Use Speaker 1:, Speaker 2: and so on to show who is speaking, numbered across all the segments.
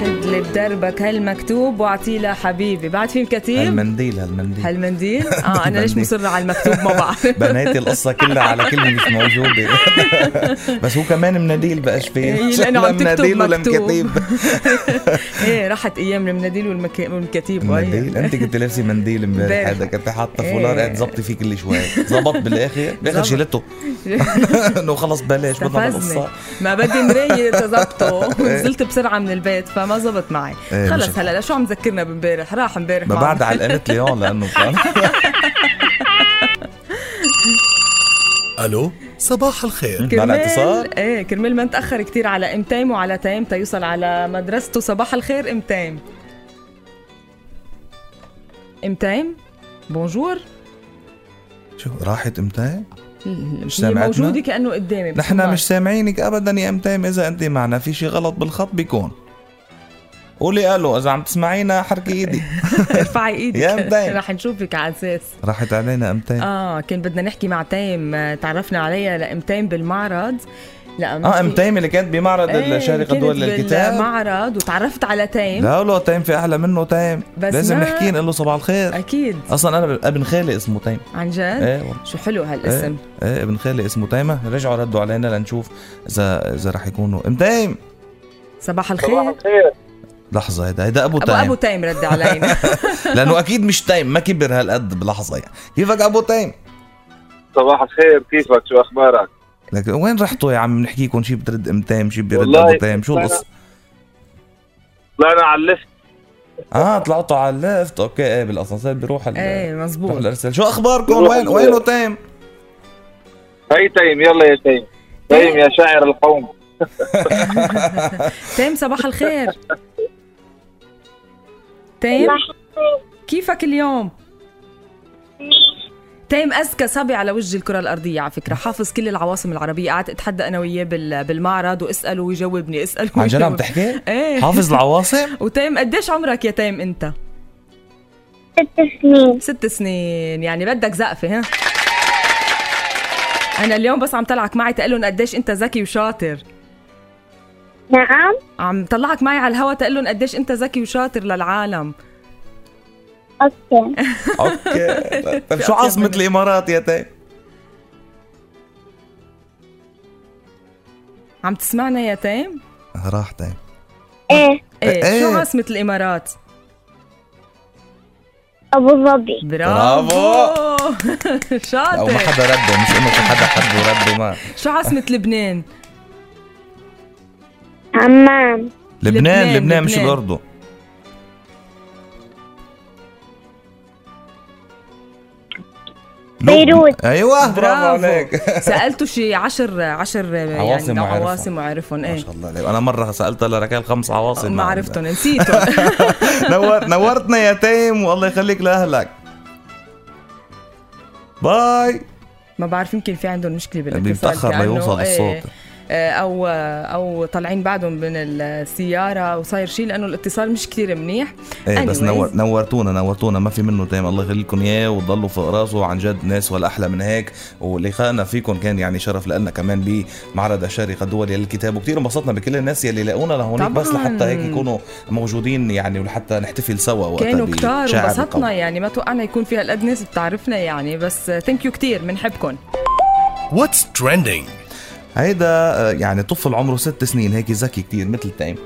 Speaker 1: خد لي بدربك هالمكتوب واعطيه لحبيبي بعد في كتيب
Speaker 2: المنديل هالمنديل
Speaker 1: هالمنديل اه انا ليش
Speaker 2: المنديل.
Speaker 1: مصره على المكتوب ما بعرف
Speaker 2: بناتي القصة كلها على كلمة مش موجودة بس هو كمان مناديل بقاش
Speaker 1: إيه،
Speaker 2: فيه
Speaker 1: لأنه عم
Speaker 2: لا
Speaker 1: تكتب
Speaker 2: مناديل ولا
Speaker 1: مكتوب.
Speaker 2: مكاتيب
Speaker 1: ايه راحت ايام المناديل والمك... والمكاتيب وهي.
Speaker 2: منديل انت كنت لابسه منديل امبارح
Speaker 1: امبارح.
Speaker 2: هذا كنت حاطه
Speaker 1: إيه.
Speaker 2: فولار قاعد ظبطي فيه كل شوي ظبط بالاخر بالاخر
Speaker 1: زبط.
Speaker 2: شيلته انه خلص بلاش بدنا
Speaker 1: استفزني
Speaker 2: القصة
Speaker 1: ما بدي مراية تظبطه ونزلت بسرعة من البيت فما زبط معي
Speaker 2: إيه،
Speaker 1: خلص
Speaker 2: مشكلة.
Speaker 1: هلا شو عم ذكرنا بامبارح راح امبارح
Speaker 2: ما
Speaker 1: معنا.
Speaker 2: بعد علقت لي هون لانه كان
Speaker 3: ألو صباح الخير
Speaker 2: على اتصال؟
Speaker 1: ايه كرمال ما نتاخر كتير على ام تيم وعلى تيم تيوصل على مدرسته صباح الخير ام تيم ام تيم بونجور
Speaker 2: شو راحت امتى؟
Speaker 1: مش
Speaker 2: سامعتنا؟
Speaker 1: موجوده كانه قدامي بس
Speaker 2: نحن
Speaker 1: ما-
Speaker 2: مش سامعينك ابدا يا امتيم اذا انت معنا في شي غلط بالخط بيكون قولي الو اذا عم تسمعينا حركي ايدي
Speaker 1: ارفعي ايدك
Speaker 2: يا أم تيم.
Speaker 1: رح نشوفك على اساس
Speaker 2: راحت علينا امتيم
Speaker 1: اه كان بدنا نحكي مع تيم آه، تعرفنا عليها لام تيم بالمعرض لا
Speaker 2: اه ام تيم اللي كانت بمعرض
Speaker 1: إيه،
Speaker 2: الشارقه
Speaker 1: كانت
Speaker 2: الدول للكتاب
Speaker 1: بالمعرض وتعرفت على تيم
Speaker 2: لا لا تيم في احلى منه تيم
Speaker 1: بس
Speaker 2: لازم
Speaker 1: ما- أيوة.
Speaker 2: نحكي نقول له صباح الخير
Speaker 1: اكيد
Speaker 2: اصلا انا ابن خالي اسمه تيم
Speaker 1: عن جد
Speaker 2: ايه والله
Speaker 1: شو حلو هالاسم
Speaker 2: ايه ابن خالي اسمه تيمه رجعوا ردوا علينا لنشوف اذا اذا رح يكونوا ام تيم
Speaker 1: صباح
Speaker 4: صباح
Speaker 1: الخير
Speaker 4: الخير
Speaker 2: لحظه هيدا هيدا ابو
Speaker 1: ابو ابو
Speaker 2: تيم
Speaker 1: تيم رد علينا
Speaker 2: لانه اكيد مش تيم ما كبر هالقد بلحظه يعني كيفك ابو تيم
Speaker 4: صباح الخير كيفك شو اخبارك
Speaker 2: لك وين رحتوا يا عم نحكيكم شي بترد ام تيم شي بيرد
Speaker 4: والله
Speaker 2: ابو تيم شو
Speaker 4: طلعنا-
Speaker 2: القصه
Speaker 4: طلعنا على اللفت
Speaker 2: اه طلعتوا على الليفت اوكي ايه بالاسانسير بيروح ال-
Speaker 1: ايه
Speaker 2: بيروح
Speaker 1: مزبوط
Speaker 2: الارسال شو اخباركم
Speaker 4: بيروح
Speaker 2: وين
Speaker 4: ال-
Speaker 2: وينه تيم
Speaker 4: هي تيم يلا يا تيم تيم يا شاعر القوم
Speaker 1: تيم صباح الخير تيم كيفك اليوم تيم اذكى صبي على وجه الكره الارضيه على فكره حافظ كل العواصم العربيه قعدت اتحدى انا وياه بال- بالمعرض واساله ويجاوبني اساله
Speaker 2: عن جد عم
Speaker 1: ويجاوبني.
Speaker 2: تحكي؟
Speaker 1: ايه
Speaker 2: حافظ العواصم؟
Speaker 1: وتيم قديش عمرك يا تيم انت؟
Speaker 5: ست سنين
Speaker 1: ست سنين يعني بدك زقفه ها انا اليوم بس عم طلعك معي تقلن قديش انت ذكي وشاطر
Speaker 5: نعم
Speaker 1: عم طلعك معي على الهوا تقلن قديش انت ذكي وشاطر للعالم
Speaker 5: اوكي
Speaker 2: اوكي طيب، طيب شو
Speaker 1: أطيب
Speaker 2: عاصمة
Speaker 1: منك.
Speaker 2: الامارات يا طيب؟ تيم؟
Speaker 1: عم تسمعنا يا تيم؟
Speaker 2: راح تيم
Speaker 5: ايه
Speaker 1: ايه,
Speaker 2: إيه.
Speaker 1: شو عاصمة الامارات؟
Speaker 5: ابو ظبي
Speaker 1: برافو
Speaker 2: او ما
Speaker 1: شاطر
Speaker 2: حدا رده مش انه في حدا حده رده ما
Speaker 1: شو عاصمة لبنان؟
Speaker 5: عمان
Speaker 2: لبنان لبنان مش
Speaker 1: لبنان.
Speaker 2: الاردن لبنان.
Speaker 5: بيروت.
Speaker 2: ايوه برافو
Speaker 1: إيه.
Speaker 2: عليك
Speaker 1: سألته شي عشر عشر
Speaker 2: عواصم
Speaker 1: يعني
Speaker 2: وعرفهم.
Speaker 1: عواصم وعرفهم
Speaker 2: ما
Speaker 1: ايه
Speaker 2: شاء الله عليك انا مره سالتها لركال خمس عواصم يعني.
Speaker 1: ما عرفتهم نسيتهم
Speaker 2: نور نورتنا يا تيم والله يخليك لاهلك باي
Speaker 1: ما بعرف يمكن في عندهم مشكله بالاتصال
Speaker 2: بيتاخر
Speaker 1: كأنه
Speaker 2: ليوصل
Speaker 1: إيه،
Speaker 2: الصوت
Speaker 1: آه، او آه، او طالعين بعدهم من السياره وصاير شيء لانه الاتصال مش كتير منيح
Speaker 2: ايه بس
Speaker 1: Anyways.
Speaker 2: نور نورتونا نورتونا ما في منه تيم الله يخليكم اياه وتضلوا فوق راسه عن جد ناس ولا احلى من هيك ولقائنا فيكم كان يعني شرف لنا كمان بمعرض الشارقه الدولي للكتاب وكثير انبسطنا بكل الناس يلي لاقونا لهونيك بس
Speaker 1: طبعاً.
Speaker 2: لحتى هيك يكونوا موجودين يعني ولحتى نحتفل سوا وقتها
Speaker 1: كانوا كتار
Speaker 2: بشاعر
Speaker 1: وانبسطنا
Speaker 2: القوم.
Speaker 1: يعني ما توقعنا يكون في هالقد ناس بتعرفنا يعني بس ثانك يو كتير بنحبكم
Speaker 3: What's trending
Speaker 2: هيدا آه، يعني طفل عمره ست سنين هيك ذكي كتير مثل تيم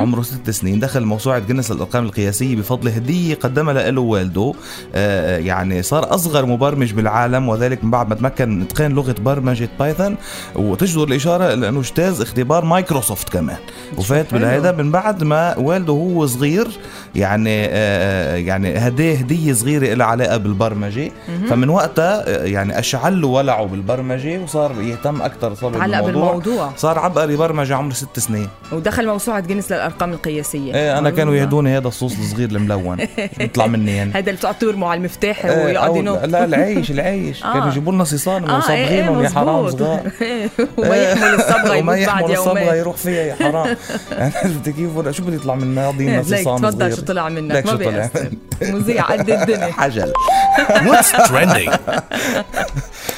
Speaker 2: عمره ست سنين دخل موسوعة جنس الأرقام القياسية بفضل هدية قدمها له والده آه، يعني صار أصغر مبرمج بالعالم وذلك من بعد ما تمكن من إتقان لغة برمجة بايثون وتجدر الإشارة لأنه اجتاز اختبار مايكروسوفت كمان وفات
Speaker 1: حلو.
Speaker 2: بالهيدا من بعد ما والده هو صغير يعني آه، يعني هديه هدية صغيرة لها علاقة بالبرمجة فمن وقتها آه، يعني أشعل له ولعه بالبرمجة وصار يهتم أكثر صار
Speaker 1: تعلق بالموضوع
Speaker 2: صار عبقري برمجة عمره ست سنين
Speaker 1: ودخل موسوعه جينيس للارقام القياسيه
Speaker 2: ايه انا
Speaker 1: والله.
Speaker 2: كانوا يهدوني هذا الصوص الصغير الملون يطلع مني يعني
Speaker 1: هيدا اللي بتقعد تورمه على المفتاح
Speaker 2: إيه،
Speaker 1: ويقعد
Speaker 2: أو-
Speaker 1: ينط
Speaker 2: لا العيش العيش
Speaker 1: آه.
Speaker 2: كانوا يجيبوا لنا صيصان ومصبغينهم يا حرام صغار
Speaker 1: إيه، وما يحمل الصبغه
Speaker 2: وما
Speaker 1: يموت بعد
Speaker 2: يحمل الصبغه
Speaker 1: يومين
Speaker 2: يروح فيها يا حرام انت كيف ولا شو بده يطلع منا
Speaker 1: إيه،
Speaker 2: يعطينا
Speaker 1: ليك
Speaker 2: صيصان
Speaker 1: تفضل شو
Speaker 2: صغير
Speaker 1: طلع منك
Speaker 2: ليك
Speaker 1: ما
Speaker 2: شو طلع.
Speaker 1: بيأثر مذيع قد الدنيا
Speaker 2: حجل
Speaker 3: What's trending